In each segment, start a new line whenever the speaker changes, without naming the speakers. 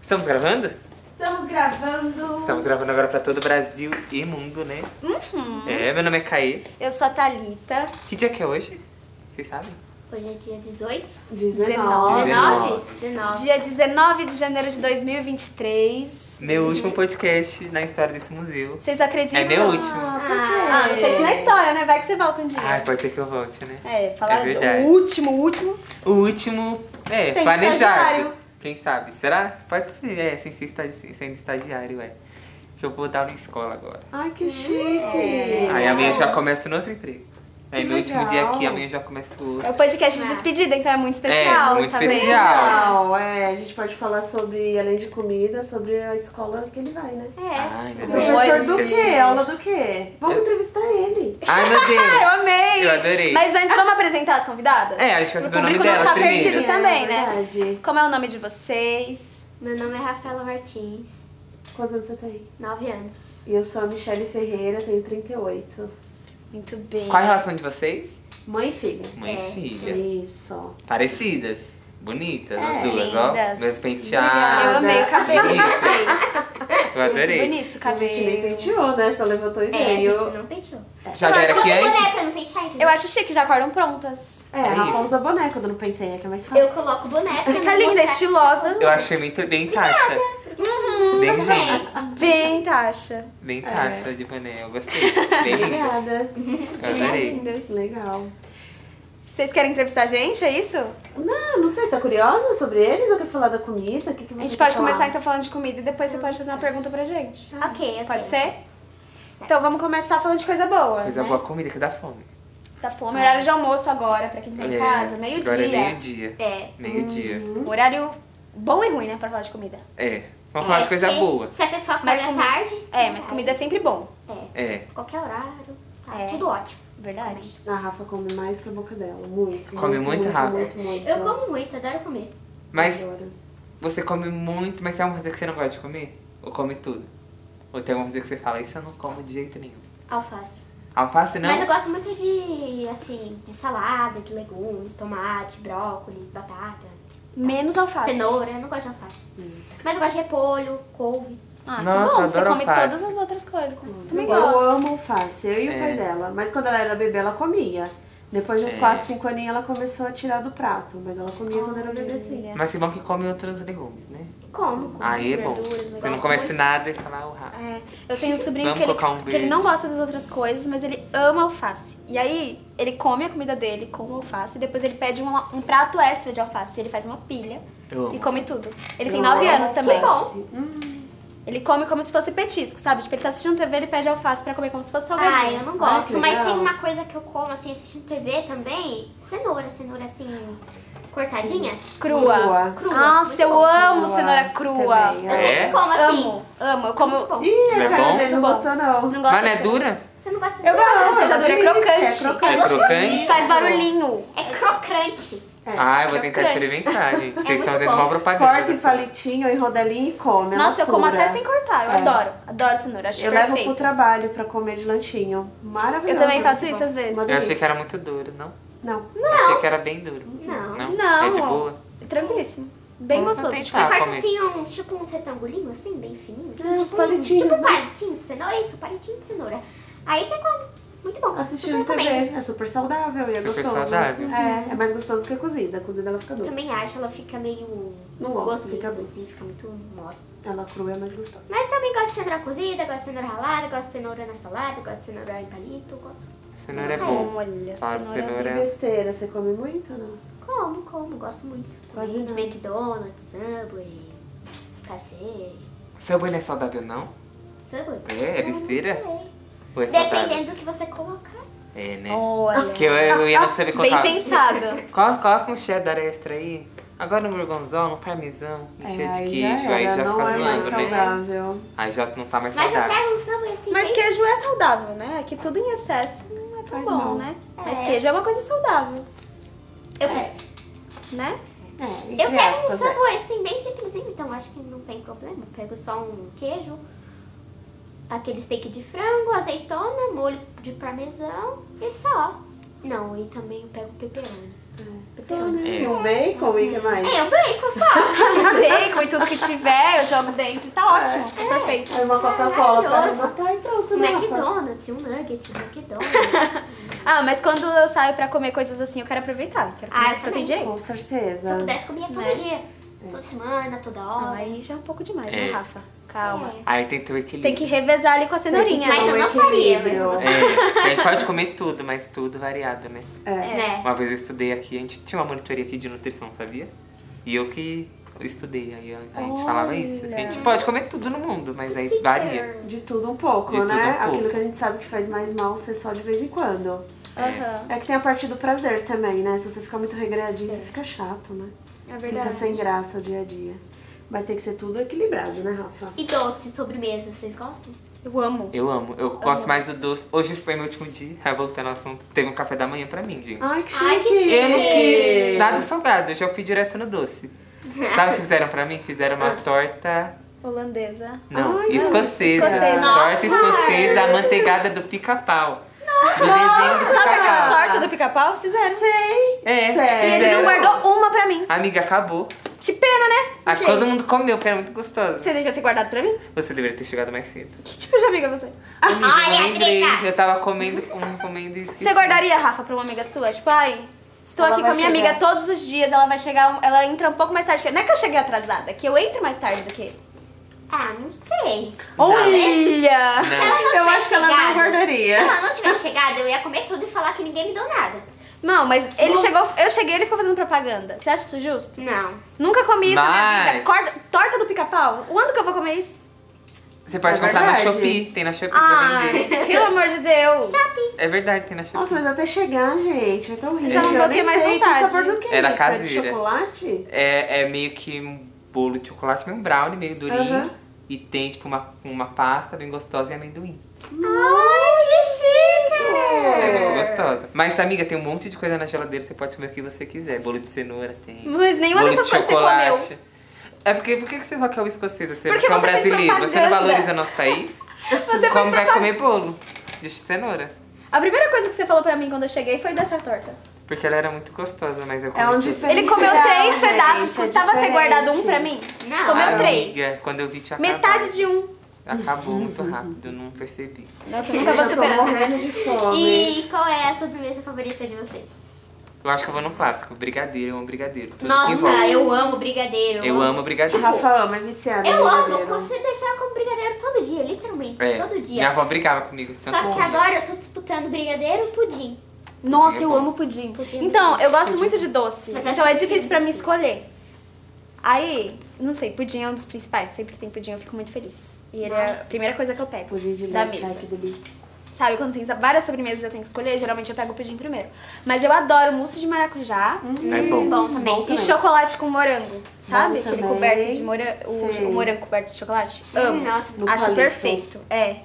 Estamos gravando?
Estamos gravando.
Estamos gravando agora pra todo o Brasil e mundo, né? É, meu nome é Caê.
Eu sou a Thalita.
Que dia que é hoje? Vocês sabem?
Hoje é dia 18?
19.
19.
19? 19.
Dia 19 de janeiro de 2023.
Meu último podcast na história desse museu.
Vocês acreditam?
É meu último.
Ah, não sei se na história, né? Vai que você volta um dia.
Ah, pode ser que eu volte, né?
é,
É
falar o
verdade.
último, o último.
O último é
Sem
planejado.
estagiário.
Quem sabe? Será? Pode ser, é, sem ser estagi sendo estagiário, é. Que eu vou dar na escola agora.
Ai, que chique.
Aí amanhã já começa no outro emprego. Aí
Que
meu último dia
É. legal.
aqui, amanhã já começa o
É
outro.
o podcast
Ah.
de despedida, então é muito especial.
É, muito
tá
especial.
Legal, é. A gente pode falar sobre, além de comida, sobre a escola que ele vai, né?
É.
Ai, meu Deus.
Professor do
Gente,
quê? Aula do quê? Vamos entrevistar ele.
Ai, meu
Vendo? Eu
Deus.
amei.
Eu adorei.
Mas antes, vamos apresentar as convidadas?
É, a gente vai
Pro
saber o nome
público não
dela
ficar
primeiro.
perdido também, né?
Verdade.
Como é o nome de vocês?
Meu nome é Rafaela Martins,
Quantos anos você tem?
9 anos.
E eu sou a Michele Ferreira, tenho 38.
Muito bem.
Qual é a relação de vocês?
Mãe e filha.
Mãe e
É,
filha.
Isso.
Parecidas. Bonitas,
É,
as duas,
lindas.
ó. Meus penteados.
Eu amei o cabelo de vocês.
Eu adorei.
Muito bonito o
A gente nem
cabelo.
penteou, né? Só levantou e
É, a
veio.
gente não penteou.
Já
Eu
deram
acho
aqui
que eu vou
antes?
pra não pentear, entendeu?
Eu acho chique, já acordam prontas.
É, a
isso.
Rafa usa boné quando não penteia, que é mais fácil.
Eu coloco boneca.
Fica linda, estilosa.
Eu achei muito bem taxa.
Uhum.
Bem gente.
Bem, Tasha.
Bem taxa
É.
de boné. Eu gostei. Bem linda.
Obrigada.
Eu adorei.
Lindas.
Legal.
Vocês querem entrevistar a gente, é isso?
Não, não sei, tá curiosa sobre eles ou quer falar da comida? O que, que
A
você
gente
quer
pode
falar?
começar então falando de comida e depois você pode fazer uma pergunta pra gente.
Ok, ok.
Pode ser? Então vamos começar falando de coisa boa.
Coisa
né?
boa comida que dá fome.
Tá fome. Horário de almoço agora, pra quem tá em
É, Agora
casa.
é
Meio-dia. Uhum.
meio-dia.
É.
Meio-dia.
Horário bom e ruim, né, pra falar de comida.
É. Vamos falar de coisa
porque
boa.
Se a pessoa
Mas
acorda
comi-
tarde.
É, mas comida é sempre bom.
É.
É.
Qualquer horário. Tá,
É.
tudo ótimo.
Verdade.
A Rafa come mais que a boca dela, muito.
Come muito, Rafa?
Muito, muito.
Eu como muito, adoro comer.
Mas
Adoro.
você come muito, mas tem alguma coisa que você não gosta de comer? Ou come tudo? Ou tem alguma coisa que você fala, isso eu não como de jeito nenhum.
Alface.
Alface não?
Mas eu gosto muito de, assim, de salada, de legumes, tomate, brócolis, batata,
Menos alface.
cenoura. Eu não gosto de alface.
Hum.
Mas eu gosto de repolho, couve.
Ah, que
Nossa,
bom. Você
adoro
come
alface.
todas as outras coisas, né? Também
Eu
gosto.
amo alface, eu e o
É.
pai dela. Mas quando ela era bebê, ela comia. Depois de uns
É.
4, 5 aninhos, ela começou a tirar do prato. Mas ela comia quando era bebê, sim.
Olha.
Mas que bom que come outros legumes, né?
Como?
Aí é bom.
verduras,
Você não
negócio
comece
muito.
nada e fala, oh, Rafa.
É, eu tenho um sobrinho
Vamos
que ele,
colocar um
que ele não
verde.
gosta das outras coisas, mas ele ama alface. E aí, ele come a comida dele com alface, e depois ele pede um, um prato extra de alface. Ele faz uma pilha
Eu amo
e come tudo. Ele tem
Eu
9
amo
anos também.
bom.
Ele come como se fosse petisco, sabe? Tipo, ele tá assistindo TV, ele pede alface pra comer como se fosse salgadinho.
Ah, eu não
Ah,
gosto.
que
mas
legal.
tem uma coisa que eu como, assim, assistindo TV também. Cenoura, cenoura assim, cortadinha.
Crua.
Crua.
Crua.
Nossa, eu
Muito
amo
Crua.
cenoura crua.
Também,
Eu
É?
sempre como assim.
Amo, amo. Eu como.
Ih,
Não é
a
bom?
cara dele não
Muito bom.
gostou, não.
Não gosto.
Mas não é
de-
dura?
Você não gosta de
Eu gosto
Não,
dessa rajadura, é
delícia,
crocante.
É
É
crocante.
crocante?
Faz barulhinho.
É crocante.
É.
Ah, eu vou tentar
crocante.
experimentar, gente. Vocês
muito
estão fazendo
bom.
mal propaganda.
Corta em palitinho, em rodelinha e come. é
Nossa, eu como
loucura.
até sem cortar. Eu
É.
adoro. Adoro cenoura. Acho
Eu levo pro
perfeito.
trabalho pra comer de lanchinho. Maravilhoso.
Eu também faço
Muito
isso
bom.
às vezes.
Uma
Eu achei
delícia.
que era muito duro, não?
Não.
Não. Achei que era bem duro.
Não.
Não?
Não.
É de boa?
Tranquilíssimo. Bem
Vamos
gostoso.
Você
Ah,
Tipo,
tentar.
corta
come.
assim uns, tipo uns retangulinhos, assim, bem fininhos. assim,
É, uns
tipo, um-
palitinhos,
Tipo um
né?
palitinho de cenoura. Isso, palitinho de cenoura. Aí você come. Muito bom.
Assistindo
Super
TV.
recomendo.
É super saudável e é
Super
gostoso.
saudável.
É, é mais gostoso do que a cozida. A cozida ela fica doce.
Também acho, ela fica meio
Não gosto,
gosto
fica
assim,
doce.
fica muito mole.
Ela crua é mais gostosa.
Mas também gosto de cenoura cozida, gosto de cenoura ralada, gosto de cenoura na salada, gosto de cenoura em palito, gosto.
Cenoura é bom.
Olha,
Claro,
cenoura.
cenoura
E
é...
besteira, você come muito ou não?
Como, como, gosto muito.
Quase
Também de
nada.
McDonald's, Subway, KFC,
Subway não é saudável, não?
Subway.
É? É
Não, não
besteira?
sei.
Ou é saudável?
Dependendo do que você colocar.
É, né?
Olha.
Porque eu, eu ia não saber
Bem
colocar...
pensado.
Coloca, coloca um cheddar extra aí. Agora um gorgonzola, um parmesão,
É,
cheio de queijo, aí já
não
fica
é mais
zoando, né?
saudável.
Aí já não tá mais
Mas eu
saudável.
pego um Subway assim,
Mas
bem...
queijo é saudável, né? Aqui tudo em excesso não é tão
Faz
bom,
mal.
né? Mas
É.
queijo é uma coisa saudável,
Eu,
né?
É,
eu
entre
pego um
aspas, é.
Subway assim, bem simplesinho, então acho que não tem problema. Eu pego só um queijo, aquele steak de frango, azeitona, molho de parmesão e só. Não, e também eu pego pepperoni.
Só,
É.
né? Um bacon e o que mais?
É, o bacon só.
Bacon e tudo que tiver, eu jogo dentro. Tá ótimo, tá perfeito.
Aí uma Coca-Cola pra
Maravilhoso.
matar e pronto,
Um
né? Rafa?
McDonald's, um nugget, um McDonald's.
Ah, mas quando eu saio pra comer coisas assim, eu quero aproveitar. Quero comer
Ah, eu
tudo que eu tenho
também.
direito.
Com certeza.
Se eu pudesse, comia todo
Né?
dia.
É.
Toda semana, toda
Ah,
hora.
aí já é um pouco demais, né,
É.
Rafa? Calma.
É.
Aí tem que ter o equilíbrio.
Tem que revezar ali com a cenourinha.
Mas
né?
eu
Um
não faria, mas eu não-
equilíbrio.
É, a gente pode comer tudo, mas tudo variado, né?
É.
Né?
Uma vez eu estudei aqui, a gente tinha uma monitoria aqui de nutrição, sabia? E eu que estudei, aí a, a gente falava isso. A gente pode comer tudo no mundo, mas aí
Super.
varia.
De tudo um pouco,
De
né?
tudo um pouco.
Aquilo que a gente sabe que faz mais mal ser só de vez em quando.
Aham,
É que tem a parte do prazer também, né? Se você ficar muito regradinho, você fica chato, né?
é
Fica
verdade.
sem graça o dia a dia. Mas tem que ser tudo equilibrado, né, Rafa?
E doce, sobremesa, vocês gostam?
Eu amo.
Eu amo, eu gosto mais do doce. Hoje foi meu último dia, aí voltando ao assunto. Teve um café da manhã pra mim, gente.
Ai, que chique!
Ai, que chique!
Eu não
Ei.
quis nada salgado, eu já fui direto no doce. Sabe o que fizeram pra mim? Fizeram uma
Ah.
torta.
Holandesa.
Não,
Ai,
escocesa.
escocesa.
Torta
Nossa!
escocesa, amanteigada do pica-pau. Do desenho do
Sabe aquela
pica-pau.
torta do pica-pau? Fizeram. Sei.
É,
Sério?
E ele não
fizeram.
guardou uma pra mim.
Amiga, acabou.
Que pena, né?
Ah,
Ok.
todo mundo comeu, que era muito gostoso.
Você devia ter guardado pra mim?
Você deveria ter chegado mais cedo.
Que tipo de amiga é você?
Amiga,
Ai,
eu lembrei.
Adriana!
Eu tava comendo, um comendo e esqueci.
Você guardaria, Rafa, pra uma amiga sua? Tipo, ai, estou
Ela
aqui com a
vai
minha
chegar.
amiga todos os dias, ela vai chegar, ela entra um pouco mais tarde que eu. Não é que eu cheguei atrasada, é que eu entro mais tarde do que ele.
Ah, não sei.
Olha!
Se ela não
Eu
tivesse
acho que ela não
chegado-
É.
guardaria.
Se ela não tivesse chegado, eu ia comer tudo e falar que ninguém me deu nada.
Não, mas ele
Nossa.
chegou, eu cheguei, ele ficou fazendo propaganda. Você acha isso justo?
Não.
Nunca comi isso na minha
Mas-
vida. Corda- torta do pica-pau? Quando que eu vou comer isso?
Você pode
É
comprar na
verdade.
Shopee. Tem na Shopee pra
Ai,
vender.
pelo amor de Deus.
É verdade, tem na Shopee.
Nossa, mas até chegar, gente, é tão rico.
Já não
eu
vou
nem
ter mais
sei que
vontade.
sabor do que é
Era
isso? É de
caseira.
chocolate?
É, é meio que um bolo de chocolate, meio um brownie, meio durinho.
Aham.
E tem, tipo, uma, uma pasta bem gostosa e amendoim.
Ai, que chique!
É muito gostosa. Mas, amiga, tem um monte de coisa na geladeira, você pode comer o que você quiser. Bolo de cenoura tem.
Mas nenhuma
bolo de
dessas coisas você comeu.
chocolate. É porque por que que você só quer o escocês? Você
Porque
não quer o
você fez
brasileiro? Você não
propaganda.
valoriza o nosso país?
Você fez
Como vai
propaganda.
comer bolo de cenoura?
A primeira coisa que você falou pra mim quando eu cheguei foi dessa torta.
Porque ela era muito gostosa, mas eu comi
É um
tudo.
diferencial,
Ele comeu três
gente,
pedaços,
é
custava ter
diferente.
guardado um pra mim.
Não.
Comeu
Ah,
três.
Amiga, quando eu vi tinha
Metade
acabado.
de um.
Acabou muito rápido, eu não percebi.
Nossa, eu
Eu
nunca vou
já tô
superar.
morrendo de fome.
E qual é a sobremesa favorita de vocês?
Eu acho que eu vou no clássico, brigadeiro, eu amo brigadeiro. Tudo que
Nossa,
envolve.
eu amo brigadeiro.
Eu amo brigadeiro.
tipo,
Rafa ama, é viciada. em
Eu amo,
brigadeiro.
você deixar com brigadeiro todo dia, literalmente,
É,
todo
Minha
dia.
avó brigava comigo.
Só
tanto
que
comia.
agora eu tô disputando brigadeiro e pudim.
Nossa,
Pudim é
eu
bom.
amo pudim.
Pudim é
Então, eu gosto muito de doce.
Mas
Então
acho
é
que
difícil
sim.
pra mim escolher. Aí, não sei, pudim é um dos principais. Sempre que tem pudim, eu fico muito feliz. E ele é a primeira coisa que eu pego
Pudim de
da
leite, ai
mesa.
que delícia.
Sabe, quando tem várias sobremesas eu tenho que escolher, geralmente eu pego o pudim primeiro. Mas eu adoro mousse de maracujá
Hum.
É bom.
Bom também.
e chocolate com morango, sabe?
Bom
Aquele
também.
coberto de morango, o,
Sei.
o morango coberto de chocolate. Amo.
nossa,
no
acho
palito.
perfeito. É.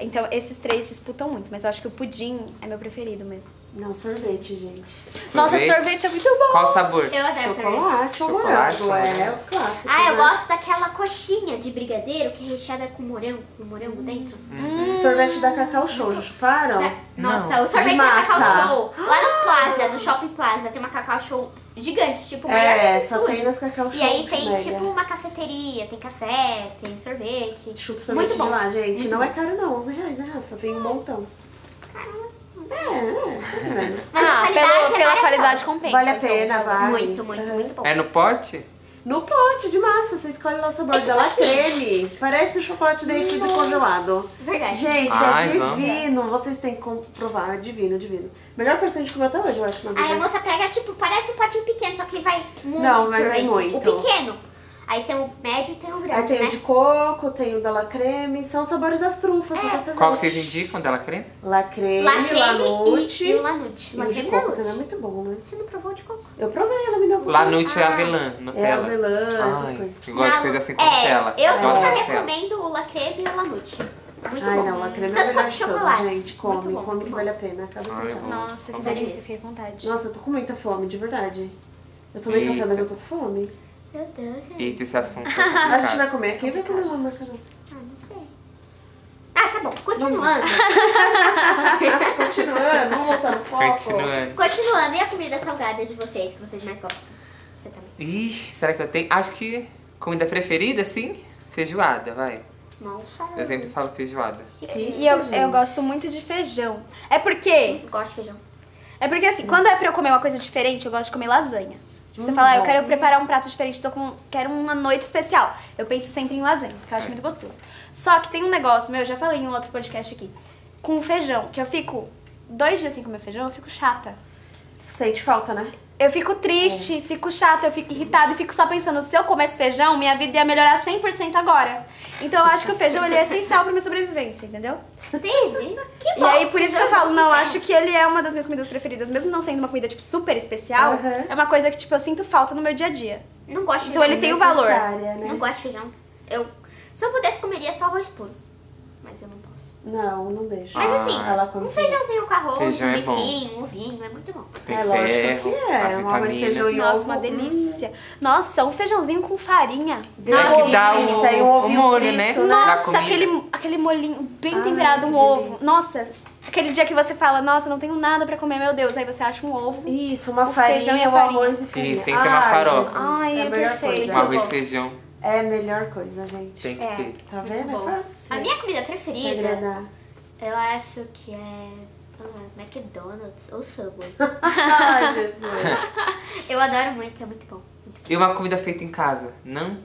Então, esses três disputam muito, mas eu acho que o pudim é meu preferido mesmo.
Não, sorvete, gente.
Nossa, sorvete é muito bom.
Qual sabor?
Eu adoro sorvete.
Chocolate ou
Chocolate,
morango,
morango.
é, os clássicos.
Ah, eu
né?
gosto daquela coxinha de brigadeiro que é recheada com morango, com morango
Hum,
dentro.
Hum. Sorvete da Cacau Show,
Hum.
já chuparam?
Já- Nossa, o
De
sorvete da
massa.
Cacau Show. Lá no Plaza, no Shopping Plaza, tem uma Cacau Show gigante, tipo, maior
É,
que esse
só tem
estúdio.
nas Cacau Show.
E aí
que
tem,
mega.
tipo, uma cafeteria, tem café, tem sorvete.
Chupa o sorvete
Muito
de
bom.
lá, gente. não é caro não, 11 reais, né, Rafa? Tem um montão. É, é, mais ou menos.
Mas a
Ah,
qualidade é
pelo, pela
maravilhosa.
qualidade compensa.
Vale a
então.
pena, vale.
é um Muito, muito, muito bom.
É no pote?
No pote de massa, você escolhe lá o sabor dela,
tipo
creme. Parece o chocolate derretido e congelado.
assim. Verdade.
Gente,
Ai,
é
vamos.
divino. Vocês têm que comprovar. É divino, divino. Melhor coisa que a gente comeu até hoje, eu acho, na
Aí a
vida.
moça pega, tipo, parece um potinho pequeno, só que vai muito
Não, mas é
sorvete.
muito.
O pequeno. Aí tem o médio e tem o
Aí
grande,
tem
né?
o de coco, tem o da la creme. São os sabores das trufas, só que é sorvete.
Qual que vocês indicam dela creme?
La creme,
La creme
lanute.
e, e o lanute.
e
La
o de
creme e
coco também é
lanute.
muito bom, né?
Você não provou o de coco?
Eu provei, ela me deu
Lá Lanute é
Ah,
avelã,
É,
Nutella.
avelã, essas
Ai,
coisas.
eu gosto de
Na-
coisa assim com
é,
Nutella.
Eu
adoro
sempre
Nutella.
recomendo o La Creme e o Lanute. Muito
Ai,
bom.
não, la creme é
Tanto
melhor
quanto
de todas,
chocolate.
gente. Come,
Muito bom,
come
muito
que
bom.
vale a pena. Acaba
Ai,
sentando.
bom.
Nossa, que
Vamos.
delícia, fiquei com vontade.
Nossa, eu tô com muita fome, de verdade. Eu tomei
Eita.
café, mas eu tô com fome.
Meu Deus, gente.
Eita, esse assunto é
A gente
complicado.
vai comer aqui e vai comer lá na casa.
Ah, não sei. bom, continuando.
Continuando, vamos voltar no foco.
Continuando.
Continuando, e a comida salgada de vocês, que vocês mais gostam? Você também.
Ixi, será que eu tenho? Acho que comida preferida, sim. Feijoada, vai.
Nossa.
Eu sempre falo feijoada.
E eu, eu gosto muito de feijão. É porque.
Eu gosto de feijão.
É porque assim, quando é pra eu comer uma coisa diferente, eu gosto de comer lasanha. Tipo,
Hum,
você fala, ah, eu quero preparar um prato diferente, tô com, quero uma noite especial. Eu penso sempre em lasanha, porque eu acho muito gostoso. Só que tem um negócio, meu, eu já falei em um outro podcast aqui, com feijão, que eu fico dois dias sem comer feijão, eu fico chata.
Sente falta, né? É.
Eu fico triste, fico chata, eu fico irritada e fico só pensando, se eu comesse feijão, minha vida ia melhorar 100% agora. Então eu acho que o feijão ele é essencial pra minha sobrevivência, entendeu?
Entende? Que
E
bom.
aí, por isso que eu falo, não,
Feijão.
acho que ele é uma das minhas comidas preferidas. Mesmo não sendo uma comida, tipo, super especial,
Aham.
é uma coisa que, tipo, eu sinto falta no meu dia a dia.
Não gosto de
Então ele tem
feijão.
o valor.
Necessária,
Não
Né?
gosto de feijão. Eu, se eu pudesse, comeria só arroz puro. Mas eu não posso.
Não, não deixa.
Mas assim,
Ah,
Ela come
um
Uhum.
feijãozinho com arroz,
Feijão
um
é bom.
bifinho, um vinho, é muito bom.
Tem
É lógico
ferro,
que é,
as
um arroz, feijão
vitaminas.
E
Nossa,
ovo,
uma
hum.
delícia. Nossa, um feijãozinho com farinha.
Nossa,
É que dá
Ovo,
o,
isso aí, um
o
ovinho
molho,
frito,
né?
né?
na
Nossa,
comida.
aquele, aquele molinho bem
Ai,
temperado, um
que
ovo.
delícia.
Nossa, aquele dia que você fala, nossa, não tenho nada pra comer, meu Deus. Aí você acha um ovo.
Isso, uma
O
farinha,
feijão e a
um
farinha.
arroz e farinha. Ah,
Isso, tem que ter uma
Ai,
farofa.
Jesus,
Ai,
a
é
melhor
perfeito.
Um
coisa.
arroz e feijão
É a melhor coisa, gente.
tem que
É.
ter.
Tá
Muito
vendo?
bom.
É fácil.
A minha comida
Se
preferida,
agradar.
eu acho que é ah, McDonald's ou Subway.
Ai, Jesus.
Eu adoro muito, é muito bom.
E uma comida feita em casa? Não?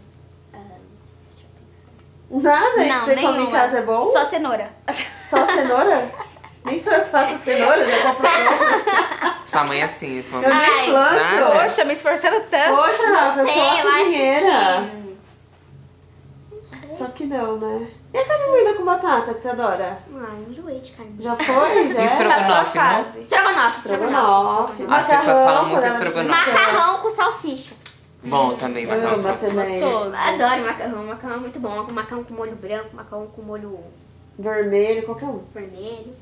Nada que
Não,
você
nenhuma.
come em casa é bom?
Só cenoura.
Só cenoura? Nem sou eu que faço cenoura, já compro pronta.
Sua mãe é assim, sua
Eu
mãe.
Ai,
nem planto.
nada.
Poxa, me esforçando tanto.
Poxa, nossa, eu sou uma cozinheira.
que...
Só que não, né? E a carne moída com batata que você adora?
Ah, eu enjoei de carne.
Já foi? Já? é?
Estrogonofe.
Passou a
não?
fase.
Estrogonofe,
Estrogonofe.
estrogonofe.
As pessoas falam muito
né?
estrogonofe.
Macarrão com salsicha.
Bom também, assim.
Eu
macarrão
amo
de salsicha.
também.
Gostoso.
Adoro macarrão, macarrão é muito bom. Macarrão com molho branco, macarrão com molho
Vermelho, qualquer um.
vermelho.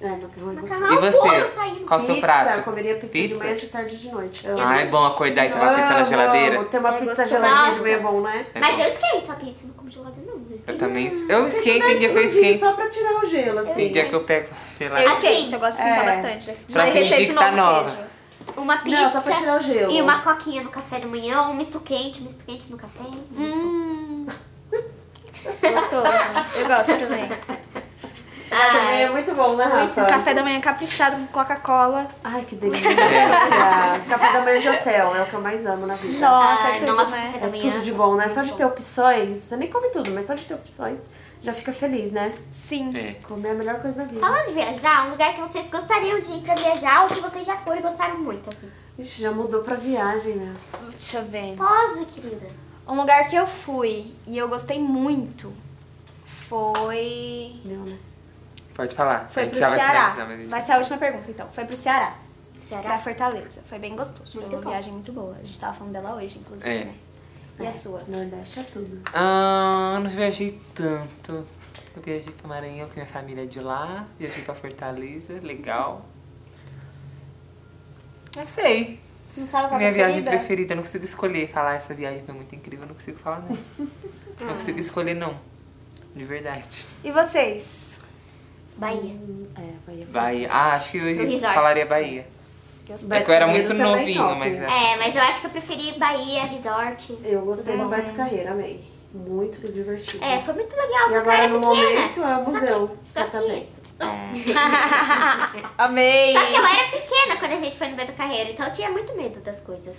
É, macarrão é gostoso.
Macarrão
E você?
puro, tá aí.
Qual o seu
pizza, eu
prato?
comeria pizza, de
Pizza?
manhã, de tarde e de noite. Eu
Ah, é bom acordar e ter uma pizza na
amo,
geladeira.
amo. Ter uma
É
pizza
gostoso.
geladinha de
Nossa.
manhã é bom, né?
É
Mas
bom.
eu esquento a pizza, não como gelada não. Eu, esquento.
Eu também. Eu esquento, tem dia que eu
Escondidinho,
esquento.
Só pra tirar o gelo, assim.
Tem dia que eu pego, sei lá.
Eu
Assim,
esquento, eu gosto de esquentar
é.
bastante.
Pra
Derreter
fingir
de
que
novo
tá
o
nova.
queijo.
Uma pizza
Não, só pra tirar o gelo.
e uma coquinha no café da manhã, um misto quente, um misto quente no café.
Hum. Gostoso. Eu gosto também.
Ah, também é muito bom, né, Rafa?
Um café da manhã caprichado com Coca-Cola.
Ai, que delícia. café da manhã de hotel é o que eu mais amo na vida.
Nossa, é
Ai,
tudo,
nossa,
né?
É tudo de bom, né? Só de ter opções, você nem come tudo, mas só de ter opções já fica feliz, né?
Sim.
É.
Comer é a melhor coisa da vida.
Falando de viajar, um lugar que vocês gostariam de ir pra viajar ou que vocês já foram e gostaram muito, assim.
Ixi, já mudou pra viagem, né?
Deixa eu ver.
Pode, querida.
Um lugar que eu fui e eu gostei muito foi.
Deu, né?
Pode falar. A
Foi
gente
pro
já vai tirar,
Ceará.
tirar, mas a gente-
Vai ser a última pergunta, então. Foi pro Ceará. Pra
Será?
Fortaleza. Foi bem gostoso. Foi
Muito
uma
bom.
viagem muito boa. A gente tava falando dela hoje, inclusive,
É.
né? E a sua?
Nordeste é tudo.
Ah, eu não viajei tanto. Eu viajei pra Maranhão com minha família é de lá. Viajei pra Fortaleza, legal. Não sei.
Não sabe qual é a
minha viagem
preferida?
preferida, eu não consigo escolher. Falar essa viagem foi muito incrível, eu não consigo falar não. Não consigo escolher não. De verdade.
E vocês?
Bahia.
É, Bahia.
Bahia. Ah, acho que eu
No resort.
falaria Bahia.
Gostei.
É que eu era muito
Beto Carreiro também
novinho,
top.
mas. é.
É, mas eu acho que eu preferi Bahia, resort.
Eu gostei do Beto Carreira, amei. Muito divertido.
É, foi muito legal,
E
só que eu era
agora no
pequena.
momento é o
Só que-
museu.
Só que,
Catavento.
Amei!
só que É, eu era pequena quando a gente foi no Beto Carreiro, então eu tinha muito medo das coisas.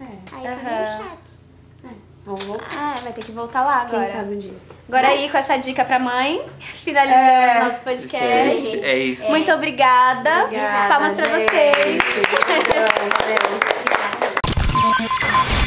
É,
Aí foi meio
Aham.
chato.
vamos voltar.
Ah, vai ter que voltar lá
Quem
agora.
sabe um dia.
Agora aí, com essa dica pra mãe, finalizamos
É.
nosso
Isso é
podcast.
isso. É isso.
Muito obrigada.
Obrigada,
Palmas pra
gente.
vocês.
Obrigada, valeu.
Obrigada.